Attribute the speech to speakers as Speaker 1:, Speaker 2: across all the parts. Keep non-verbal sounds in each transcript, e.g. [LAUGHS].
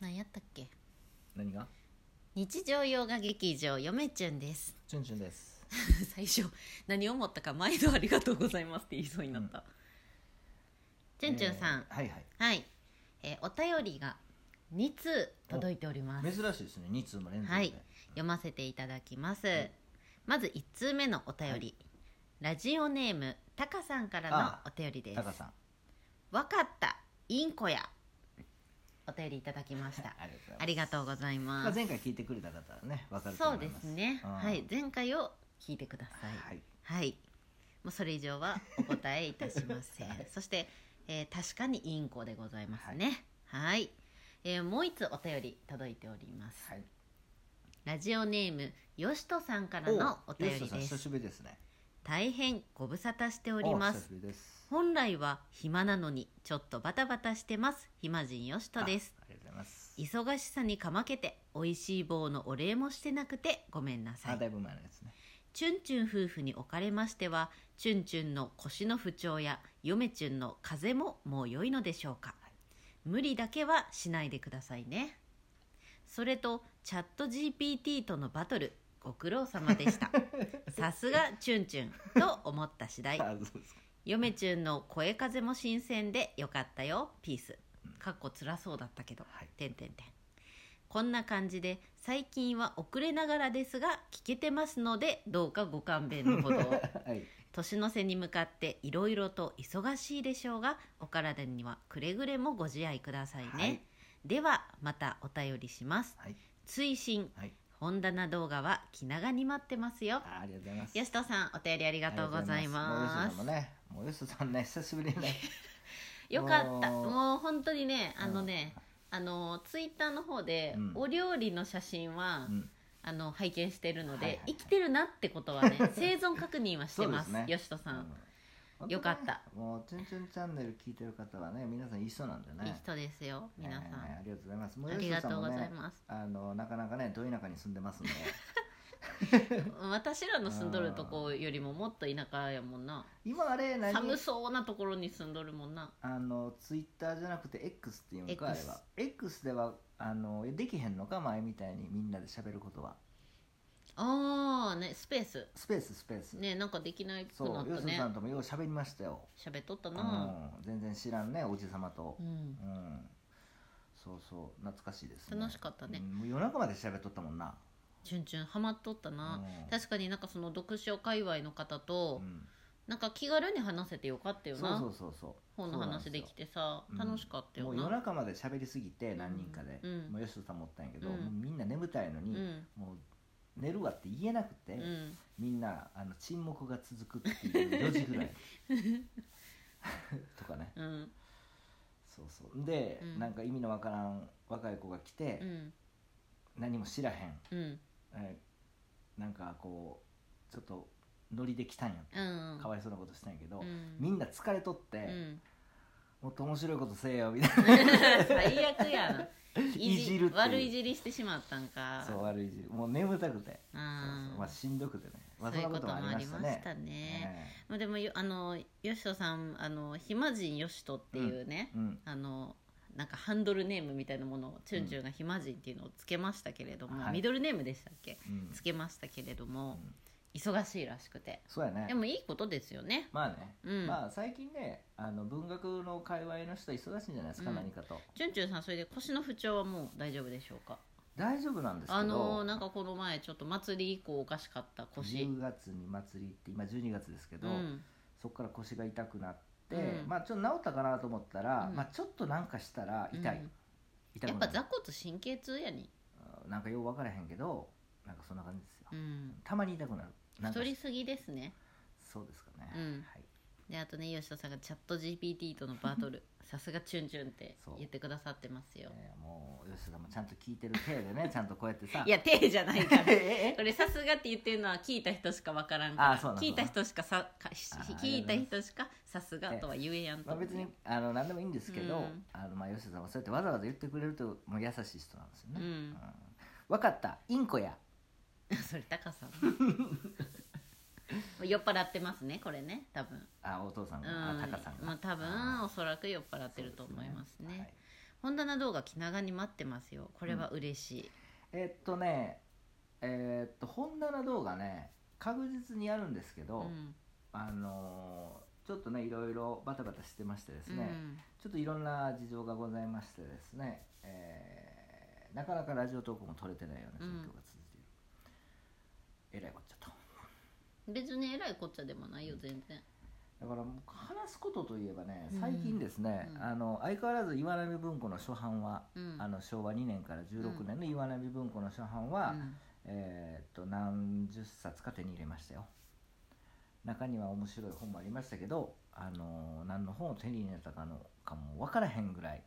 Speaker 1: 何やったっけ
Speaker 2: 何が
Speaker 1: 日常洋画劇場よめちゅんです [LAUGHS]
Speaker 2: チュンチュンです
Speaker 1: 最初何を思ったか毎度ありがとうございますって言いそうになった、ちゅんちゅんさん、
Speaker 2: えーはいはい
Speaker 1: はい、えーお便りが2通届いております
Speaker 2: 珍しいですね2通も連続で、
Speaker 1: はい読ませていただきます、
Speaker 2: い
Speaker 1: まず1通目のお便り、
Speaker 2: はい
Speaker 1: ラジオネームたかさんから
Speaker 2: あ
Speaker 1: のお便りです
Speaker 2: タカさん
Speaker 1: わかったインコやお便りいただきました
Speaker 2: ありがとうございま
Speaker 1: ありがとうござい
Speaker 2: すま
Speaker 1: ま
Speaker 2: あ、
Speaker 1: す
Speaker 2: 前回聞いてくれた方はね分かると
Speaker 1: そう
Speaker 2: 思い
Speaker 1: で
Speaker 2: ます
Speaker 1: すね
Speaker 2: うん
Speaker 1: はい前回を聞いてください
Speaker 2: はい
Speaker 1: はいもうそれ以上はお答えいたしません、そして、えー確かにインコでございますねはい、えーもう一つお便り届いております、
Speaker 2: はい
Speaker 1: ラジオネームよしとさんからのお便
Speaker 2: 吉
Speaker 1: り
Speaker 2: 田さん
Speaker 1: で
Speaker 2: 久
Speaker 1: す
Speaker 2: しぶりですね
Speaker 1: 大変ご無沙汰しておりま
Speaker 2: お久
Speaker 1: す
Speaker 2: しぶりです
Speaker 1: 本来は暇なのにちょっとバタバタしてます暇人よしとです
Speaker 2: あありがとうございます
Speaker 1: 忙しさにかまけて美味しい棒のお礼もしてなくてごめんなさ
Speaker 2: あ
Speaker 1: い
Speaker 2: だいぶ前のやつね
Speaker 1: チュンチュン夫婦におかれましてはチュンチュンの腰の不調や嫁チュンの風邪ももう良いのでしょうか無理だけはしないでくださいねそれとチャット GPT とのバトルご苦労様でしたさすがチュンチュンと思った次第
Speaker 2: あそうですか
Speaker 1: 嫁チュンの声風も新鮮でよかったよピースかっこ辛そうだったけど、
Speaker 2: はい
Speaker 1: てんてんてんこんな感じで最近は遅れながらですが聞けてますのでどうかご勘弁のほど
Speaker 2: [LAUGHS]
Speaker 1: を
Speaker 2: はい
Speaker 1: 年の瀬に向かっていろいろと忙しいでしょうがお体にはくれぐれもご自愛くださいね、
Speaker 2: はい
Speaker 1: ではまたお便りします
Speaker 2: はい
Speaker 1: 追伸
Speaker 2: はい
Speaker 1: 本棚動画は気長に待ってますよ
Speaker 2: あありがとうございます
Speaker 1: よしとさんお便りあり
Speaker 2: あ
Speaker 1: がとうございま
Speaker 2: りがと
Speaker 1: す
Speaker 2: うございますもう吉田さんもねもう吉田さんね久しぶりにね
Speaker 1: [LAUGHS] よかった
Speaker 2: もう
Speaker 1: もう本当にねあのね、
Speaker 2: うん
Speaker 1: あのツイッターの方で、
Speaker 2: うん
Speaker 1: お料理の写真は、
Speaker 2: うん
Speaker 1: あの拝見してるので、
Speaker 2: はいはいはい
Speaker 1: 生きてるなってことは
Speaker 2: [LAUGHS]
Speaker 1: ね生存確認はしてます
Speaker 2: そうですね
Speaker 1: よしとさん、
Speaker 2: うん
Speaker 1: よかった
Speaker 2: 本当ねもう「チュンチュンチャンネル」聞いてる方はね皆さんいい人なんでね
Speaker 1: いい人ですよ皆さん、
Speaker 2: ねありがとうございますもう
Speaker 1: ありがとうござい
Speaker 2: 吉野さんもね
Speaker 1: ます
Speaker 2: あのなかなかねど田舎に住んでますんで
Speaker 1: 私らの住んどるとこよりももっと田舎やもんな
Speaker 2: 今あれ何
Speaker 1: 寒そうなところに住んどるもんな
Speaker 2: あのツイッターじゃなくて X っていうんかあれ
Speaker 1: X
Speaker 2: は X ではあのできへんのか前みたいにみんなで喋ることは
Speaker 1: ああねスペース
Speaker 2: スペーススペース、
Speaker 1: ねなんかできないくな
Speaker 2: そ
Speaker 1: っ
Speaker 2: う
Speaker 1: た
Speaker 2: 吉野さ
Speaker 1: ね
Speaker 2: んともよう喋りましたよ、
Speaker 1: 喋っとった
Speaker 2: う、
Speaker 1: なん
Speaker 2: 全然知らんねおじさまと
Speaker 1: うん
Speaker 2: うん、そうそう懐かしいですね
Speaker 1: 楽しかったね
Speaker 2: うんもう夜中まで喋っとったもんな
Speaker 1: チュンチュンハマっとったな、
Speaker 2: うん
Speaker 1: 確かになんかその読書界隈の方と、
Speaker 2: うん
Speaker 1: なんか気軽に話せてよかったよ
Speaker 2: そう
Speaker 1: な
Speaker 2: そうそうそう
Speaker 1: 本の話できてさ
Speaker 2: そうなんです
Speaker 1: 楽し
Speaker 2: よ
Speaker 1: かった
Speaker 2: も
Speaker 1: よ
Speaker 2: う夜
Speaker 1: な、
Speaker 2: 中まで喋りすぎて何人かで、
Speaker 1: うん
Speaker 2: もう吉野さんもおったんやけど、
Speaker 1: うん
Speaker 2: もうみんな眠たいの
Speaker 1: う
Speaker 2: に、
Speaker 1: ん
Speaker 2: もう寝るわって言えなくて、
Speaker 1: うん、
Speaker 2: みんなあの沈黙が続くっていう4
Speaker 1: [LAUGHS]
Speaker 2: 時ぐらいとかね
Speaker 1: うん
Speaker 2: そうそうで、
Speaker 1: うん
Speaker 2: なんか意味のわからん若い子が来て、
Speaker 1: うん
Speaker 2: 何も知らへん、
Speaker 1: うん
Speaker 2: えーなんかこうちょっとノリで来たんやって、
Speaker 1: うん
Speaker 2: かわいそうなことしたんやけど、
Speaker 1: うん
Speaker 2: みんな疲れとって、
Speaker 1: うん
Speaker 2: もっと面白いことせえよみたいな
Speaker 1: 最悪やない
Speaker 2: いじるっていう
Speaker 1: 悪いじりしてしまったんか
Speaker 2: そう悪いじりもう眠たくて、
Speaker 1: う
Speaker 2: そうんそうまあしんどくてね、まあ、
Speaker 1: そうい
Speaker 2: ん
Speaker 1: う
Speaker 2: な
Speaker 1: こともありましたね
Speaker 2: え
Speaker 1: まあ、でもよあのよしとさんあの暇人よしとっていうね、
Speaker 2: えうん
Speaker 1: あのなんかハンドルネームみたいなものをチュンチュンが暇人っていうのをつけましたけれども、
Speaker 2: はい
Speaker 1: ミドルネームでしたっけ、
Speaker 2: うん
Speaker 1: つけましたけれども、
Speaker 2: うん
Speaker 1: 忙しいらしくて
Speaker 2: そうやね
Speaker 1: でもいいことですよね
Speaker 2: まあね、
Speaker 1: うん
Speaker 2: まあ最近ねあの文学の界隈の人は忙しいんじゃないですか、
Speaker 1: うん
Speaker 2: 何かと
Speaker 1: チュンチュンさんそれで腰の不調はもう大丈夫でしょうか
Speaker 2: 大丈夫なんですけど、
Speaker 1: あのなんかこの前ちょっと祭り以降おかしかった腰
Speaker 2: 10月に祭りって今12月ですけ
Speaker 1: う
Speaker 2: ど、
Speaker 1: ん
Speaker 2: そこから腰が痛くなって、
Speaker 1: うん
Speaker 2: まあちょっと治ったかなと思ったら、
Speaker 1: うん
Speaker 2: まあちょっとなんかしたら痛い、
Speaker 1: うん
Speaker 2: 痛
Speaker 1: や
Speaker 2: く
Speaker 1: っ
Speaker 2: な
Speaker 1: ぱ
Speaker 2: る
Speaker 1: 座骨神経痛やに、
Speaker 2: うんなんかよう分からへんけどなんかそんな感じですよ、
Speaker 1: うん、
Speaker 2: たまに痛くなるなんか
Speaker 1: 太りすぎですね
Speaker 2: そうですかね、
Speaker 1: うん
Speaker 2: はい、
Speaker 1: であとね吉田さんがチャット GPT とのバトルさすがチュンチュンって言ってくださってますよ、
Speaker 2: えーもう吉田もちゃんと聞いてる体
Speaker 1: [LAUGHS]
Speaker 2: でねちゃんとこうやってさ
Speaker 1: いや手じゃないから
Speaker 2: [LAUGHS] ええ
Speaker 1: これさすがって言ってるのは聞いた人しかわからんから
Speaker 2: あそうなんだ
Speaker 1: 聞いた人しかさかし
Speaker 2: あー
Speaker 1: 聞いた人しかさすがとは言えやんと
Speaker 2: まあ、
Speaker 1: 思う、
Speaker 2: 別にあの何でもいいんですけど、
Speaker 1: うん
Speaker 2: あのまあ吉田さんはそうやってわざわざ言ってくれるともう優しい人なんですよね、
Speaker 1: うん
Speaker 2: 分かったインコや
Speaker 1: [LAUGHS] それタカさん酔っ払ってますねこれね多分
Speaker 2: あお父さん
Speaker 1: うん
Speaker 2: が、あタカさんが
Speaker 1: まあ、多
Speaker 2: あ
Speaker 1: 分おそらく酔っ払ってると思いますね
Speaker 2: そうではい
Speaker 1: 本棚動画気長に待ってますよこれは嬉しい、
Speaker 2: えっとねえっと本棚動画ね確実にやるんですけ
Speaker 1: う
Speaker 2: ど、
Speaker 1: んうん
Speaker 2: あのーちょっとねいろいろバタバタしてましてですね、ちょっといろんな事情がございましてですね、えーなかなかラジオトークも取れてないような状況が続いている、えらいこっちゃと
Speaker 1: 別に偉いこっちゃでもないよ全然
Speaker 2: だからもう話すことといえばね
Speaker 1: うん
Speaker 2: 最近ですね、
Speaker 1: うん
Speaker 2: あの相変わらず岩波文庫の初版は、
Speaker 1: うん
Speaker 2: あの昭和2年から16年の岩波文庫の初版は、
Speaker 1: うん
Speaker 2: えーっと何十冊か手に入れましたよ中には面白い本もありましたけど、あのー何の本を手に入れたかのかも分からへんぐらい、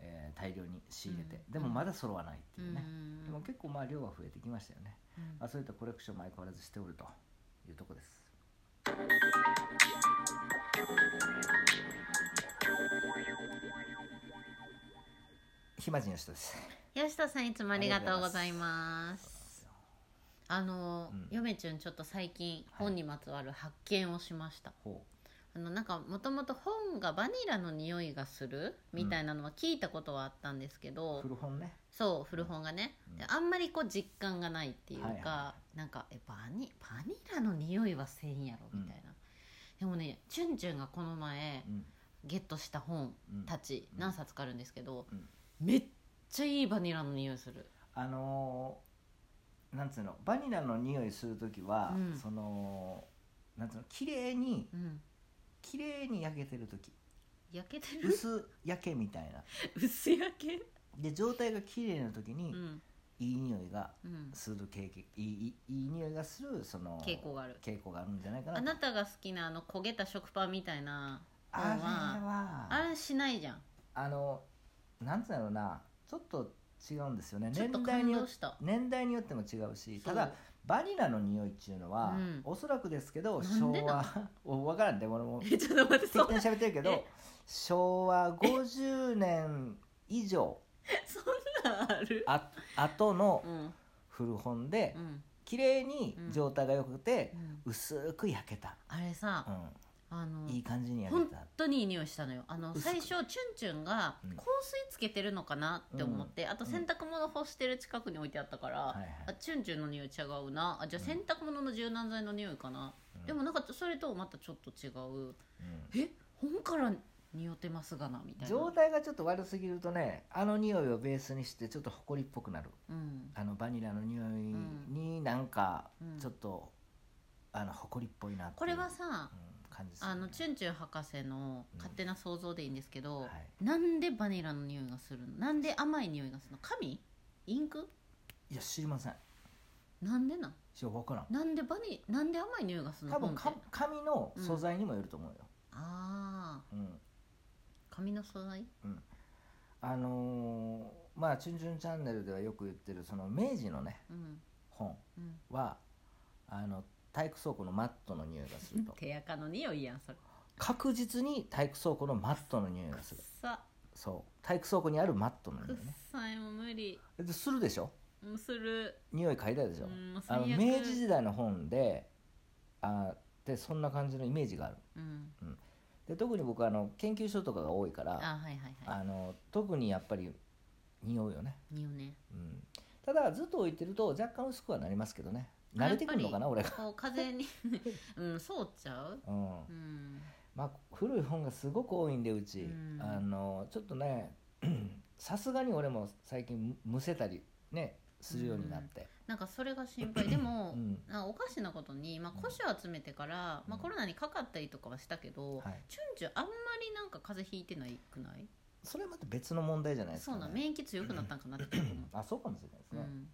Speaker 2: えー大量に仕入れて、
Speaker 1: うん
Speaker 2: でもまだ揃わないっていうね、
Speaker 1: うん
Speaker 2: でも結構まあ量は増えてきましたよね、
Speaker 1: うん
Speaker 2: まあ、そういったコレクションも相変わらずしておるというとこです暇人の人です
Speaker 1: 吉田さんいつもありがとうございますあの、
Speaker 2: うん
Speaker 1: ヨメチュンちょっと最近本にまつわる発見をしました、
Speaker 2: ほ
Speaker 1: あのなんかもともと本がバニラの匂いがするみたいなのは聞いたことはあったんですけど、
Speaker 2: う古本ね
Speaker 1: そう古本がね、
Speaker 2: うん
Speaker 1: であんまりこう実感がないっていうか、
Speaker 2: はいはいは
Speaker 1: なんかえバニバニラの匂いはせんやろみたいな、でもねチュンチュンがこの前
Speaker 2: うん
Speaker 1: ゲットした本
Speaker 2: うん
Speaker 1: たち、
Speaker 2: うん
Speaker 1: 何冊かあるんですけど、
Speaker 2: うん
Speaker 1: めっちゃいいバニラの匂いする
Speaker 2: あのーなんつうのバニラの匂いする時は、
Speaker 1: うん
Speaker 2: そのなんつうの綺麗に
Speaker 1: うん
Speaker 2: 綺麗に焼けてる時
Speaker 1: 焼けてる
Speaker 2: 薄焼けみたいな
Speaker 1: [LAUGHS] 薄焼け
Speaker 2: で状態が綺麗な時
Speaker 1: う
Speaker 2: に、
Speaker 1: ん
Speaker 2: いい匂いが
Speaker 1: うん
Speaker 2: する経験いいいいいい匂いがするその
Speaker 1: 傾向がある
Speaker 2: 傾向があるんじゃないかな
Speaker 1: あなたが好きなあの焦げた食パンみたいな
Speaker 2: あれは
Speaker 1: あれしないじゃん
Speaker 2: あのなんつうのなちょっと違うんですよね
Speaker 1: ちょっ
Speaker 2: 年
Speaker 1: と
Speaker 2: 代
Speaker 1: 感
Speaker 2: によ
Speaker 1: 動
Speaker 2: っ
Speaker 1: した
Speaker 2: 年代によっても違うし
Speaker 1: そう
Speaker 2: ただバニラの匂いっていうのは、
Speaker 1: うん
Speaker 2: おそらくですけど
Speaker 1: なん
Speaker 2: 昭
Speaker 1: でな
Speaker 2: 和 [LAUGHS] お分からんで俺も
Speaker 1: えちょっと待って
Speaker 2: 適
Speaker 1: そ
Speaker 2: 当に喋ってるけど昭和50年以上
Speaker 1: そんなんある
Speaker 2: あ後の
Speaker 1: うん
Speaker 2: 古本で
Speaker 1: うん
Speaker 2: 綺麗に
Speaker 1: うん
Speaker 2: 状態が良くて
Speaker 1: う、ん
Speaker 2: 薄く焼けた、
Speaker 1: あれさ
Speaker 2: う、
Speaker 1: あの
Speaker 2: ん、いい感じに焼
Speaker 1: 本
Speaker 2: けた、
Speaker 1: 当にいい匂いしたのよあの
Speaker 2: 薄く
Speaker 1: 最初チュンチュンが
Speaker 2: うん
Speaker 1: 香水つけてるのかなって思って、あと洗濯物干してる近くに置いてあったから、
Speaker 2: はいはい
Speaker 1: あチュンチュンの匂い違うなあじゃあ
Speaker 2: うん
Speaker 1: 洗濯物の柔軟剤の匂いかな、
Speaker 2: うん
Speaker 1: でもなんかそれとまたちょっと違う
Speaker 2: うん
Speaker 1: え本から匂ってますがなみたいな
Speaker 2: 状態がちょっと悪すぎるとねあの匂いをベースにしてちょっと埃っぽくなる
Speaker 1: うん
Speaker 2: あのバニラの匂いになんか
Speaker 1: うん
Speaker 2: ちょっと、あの埃っぽいなっていう
Speaker 1: これはさ
Speaker 2: うん感じする
Speaker 1: あ
Speaker 2: ね、
Speaker 1: のチュンチュン博士の勝手な想像でいいんですけど、
Speaker 2: はい
Speaker 1: なんでバニラの匂いがするのなんで甘い匂いがするの紙インク
Speaker 2: いや知りません
Speaker 1: なんでなん
Speaker 2: しょう分からん
Speaker 1: なんでバニなんで甘い匂いがするの
Speaker 2: 多分
Speaker 1: 本
Speaker 2: か
Speaker 1: って
Speaker 2: 紙の素材にもよると思うよ、
Speaker 1: ああ
Speaker 2: うん
Speaker 1: 紙の素材
Speaker 2: あのーまあ「チュンチュンチャンネル」ではよく言ってるその明治のね
Speaker 1: うん
Speaker 2: 本
Speaker 1: うん
Speaker 2: はあの体育倉庫のマットの匂いがすると
Speaker 1: 手垢の匂いやんそれ
Speaker 2: 確実に体育倉庫のマットの匂いがする
Speaker 1: さ
Speaker 2: そう体育倉庫にあるマットの
Speaker 1: く
Speaker 2: 匂
Speaker 1: っ
Speaker 2: いね
Speaker 1: さいもう無理
Speaker 2: でするでしょ
Speaker 1: うんする
Speaker 2: 匂い嗅いだでしょ、
Speaker 1: うんもう最
Speaker 2: あの
Speaker 1: 悪
Speaker 2: 明治時代の本であーでそんな感じのイメージがある
Speaker 1: うん
Speaker 2: で特に僕はあの研究所とかが多いからあ
Speaker 1: あはいはいはい
Speaker 2: の特にやっぱり匂うよね、
Speaker 1: 匂いね
Speaker 2: うん、ただずっと置いてると若干薄くはなりますけどね慣れてくるのかな俺が、
Speaker 1: こう風
Speaker 2: [LAUGHS]
Speaker 1: にうんそうちゃう
Speaker 2: うん
Speaker 1: うん
Speaker 2: まあ、古い本がすごく多いんでうち、
Speaker 1: うん
Speaker 2: あのちょっとね [CLEARS THROAT] さすがに俺も最近むせたりねするようになって、
Speaker 1: なんかそれが心配でも、
Speaker 2: うん
Speaker 1: なんかおかしなことに、まあ、古酒を集めてから、
Speaker 2: うん
Speaker 1: まあ、コロナにかかったりとかはしたけど、
Speaker 2: はい
Speaker 1: チュンチュンあんまりなんか風邪ひいてないくない
Speaker 2: それはまた別の問題じゃないですか、
Speaker 1: そう
Speaker 2: ね、
Speaker 1: なん免疫強くなったんかなって思う
Speaker 2: [CLEARS THROAT] あそうかもしれないです
Speaker 1: う
Speaker 2: ね、
Speaker 1: ん、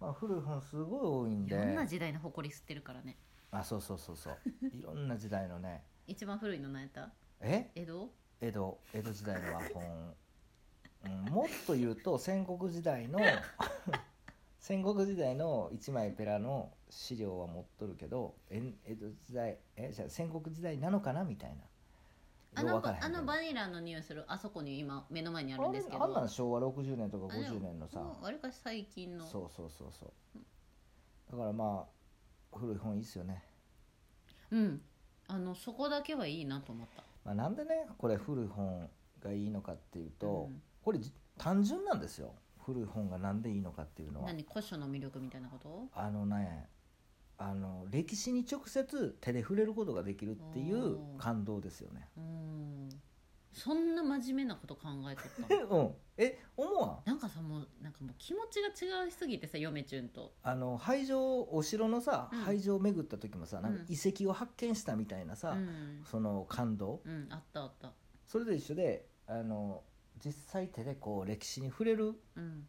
Speaker 2: まあ、古い本すごい多いん
Speaker 1: い
Speaker 2: で
Speaker 1: ろんな時代の誇り吸ってるからね
Speaker 2: あそうそうそう [LAUGHS] そういろんな時代のね
Speaker 1: 一番古いの何やった
Speaker 2: え
Speaker 1: 江戸
Speaker 2: 江戸江戸時代の和本、うん、もっと言うと戦国時代 [LAUGHS] の戦国時代の一枚ペラの資料は持っとるけどえ江戸時代えじゃあ戦国時代なのかなみたいな
Speaker 1: あ
Speaker 2: よう
Speaker 1: の
Speaker 2: わからへんけ
Speaker 1: あ
Speaker 2: ど
Speaker 1: のバニラの匂いするあそこに今目の前にあるんですけど
Speaker 2: あれあんなん昭和60年とか50年のさ
Speaker 1: あれかし最近の
Speaker 2: そうそうそうそうだからまあ古い本いいっすよね
Speaker 1: うんあのそこだけはいいなと思った
Speaker 2: まあ、なんでねこれ古い本がいいのかっていうと、
Speaker 1: うん
Speaker 2: これじ単純なんですよ古い本がなんでいいのかっていうのは
Speaker 1: 何古書の魅力みたいなこと
Speaker 2: あのねあの歴史に直接手で触れることができるっていう
Speaker 1: おー
Speaker 2: 感動ですよね
Speaker 1: うんそんな真面目なこと考えとっ
Speaker 2: え
Speaker 1: たの
Speaker 2: うんえ思わん
Speaker 1: なんかさもうなんかもう気持ちが違いすぎてさ嫁チュンと
Speaker 2: あの廃城お城のさ、
Speaker 1: うん
Speaker 2: 廃城を巡った時もさなんか
Speaker 1: うん
Speaker 2: 遺跡を発見したみたいな
Speaker 1: う
Speaker 2: さ、
Speaker 1: ん、
Speaker 2: その感動
Speaker 1: うん、あったあった
Speaker 2: それと一緒であの実際手でこう歴史に触れる
Speaker 1: うん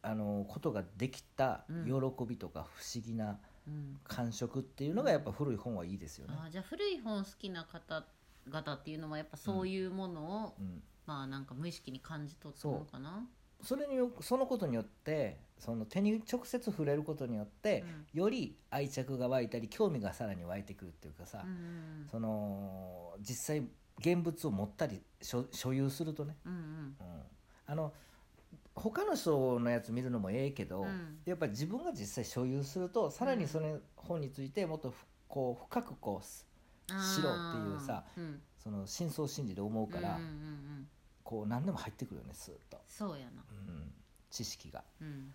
Speaker 2: あのことができた
Speaker 1: うん
Speaker 2: 喜びとか不思議な
Speaker 1: うん
Speaker 2: 感触っていうのがやっぱ古い本はいいですよね。
Speaker 1: あーじゃあ古い本好きな方々っていうのはやっぱそういうものを、
Speaker 2: うん、
Speaker 1: まあなんか無意識に感じ取ったのかな
Speaker 2: それによそのことによってその手に直接触れることによって、より愛着が湧いたり興味がさらに湧いてくるっていうかさ、
Speaker 1: うんうん
Speaker 2: その実際現物を持ったり所所有するとね、
Speaker 1: うんうん
Speaker 2: うん、あの他の人のやつ見るのもええけど、
Speaker 1: うん
Speaker 2: やっぱり自分が実際所有するとさらにその本についてもっとふこう深くこうす
Speaker 1: あー
Speaker 2: 白っていうさ
Speaker 1: うん
Speaker 2: その真相心理で思うか
Speaker 1: うん
Speaker 2: ら、
Speaker 1: うんうんうん
Speaker 2: こう何でも入ってくるよねスーッと、
Speaker 1: そうやな
Speaker 2: うん、知識が。
Speaker 1: うん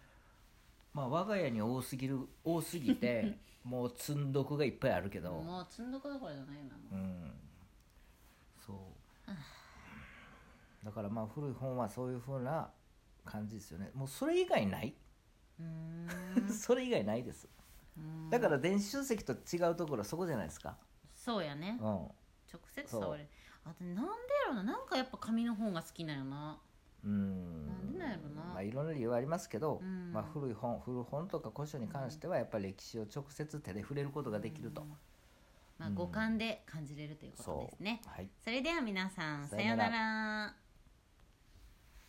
Speaker 2: まあ我が家に多すぎる多すぎ
Speaker 1: [LAUGHS]
Speaker 2: てもう積んどくがいっぱいあるけど、
Speaker 1: もう積んどくどころじゃないよなもう
Speaker 2: うんそうだからまあ古い本はそういうふうな感じですよねもうそれ以外ない
Speaker 1: うーん
Speaker 2: [LAUGHS] それ以外ないです
Speaker 1: うん
Speaker 2: だから電子書籍と違うところはそこじゃないですか
Speaker 1: そうやね
Speaker 2: うん
Speaker 1: 直接
Speaker 2: そう
Speaker 1: 触れるあとなんでやろななんかやっぱ紙の本が好きなんよな
Speaker 2: うん
Speaker 1: なんでなんやろな
Speaker 2: まあいろんな理由はありますけど、
Speaker 1: うん
Speaker 2: まあ、古い本古本とか古書に関してはやっぱり歴史を直接手で触れることができると、
Speaker 1: うんまあ
Speaker 2: うん
Speaker 1: 五感で感じれるということですね
Speaker 2: はい
Speaker 1: それでは皆さん
Speaker 2: さ
Speaker 1: さ
Speaker 2: よ
Speaker 1: よ
Speaker 2: う
Speaker 1: う
Speaker 2: なら
Speaker 1: なら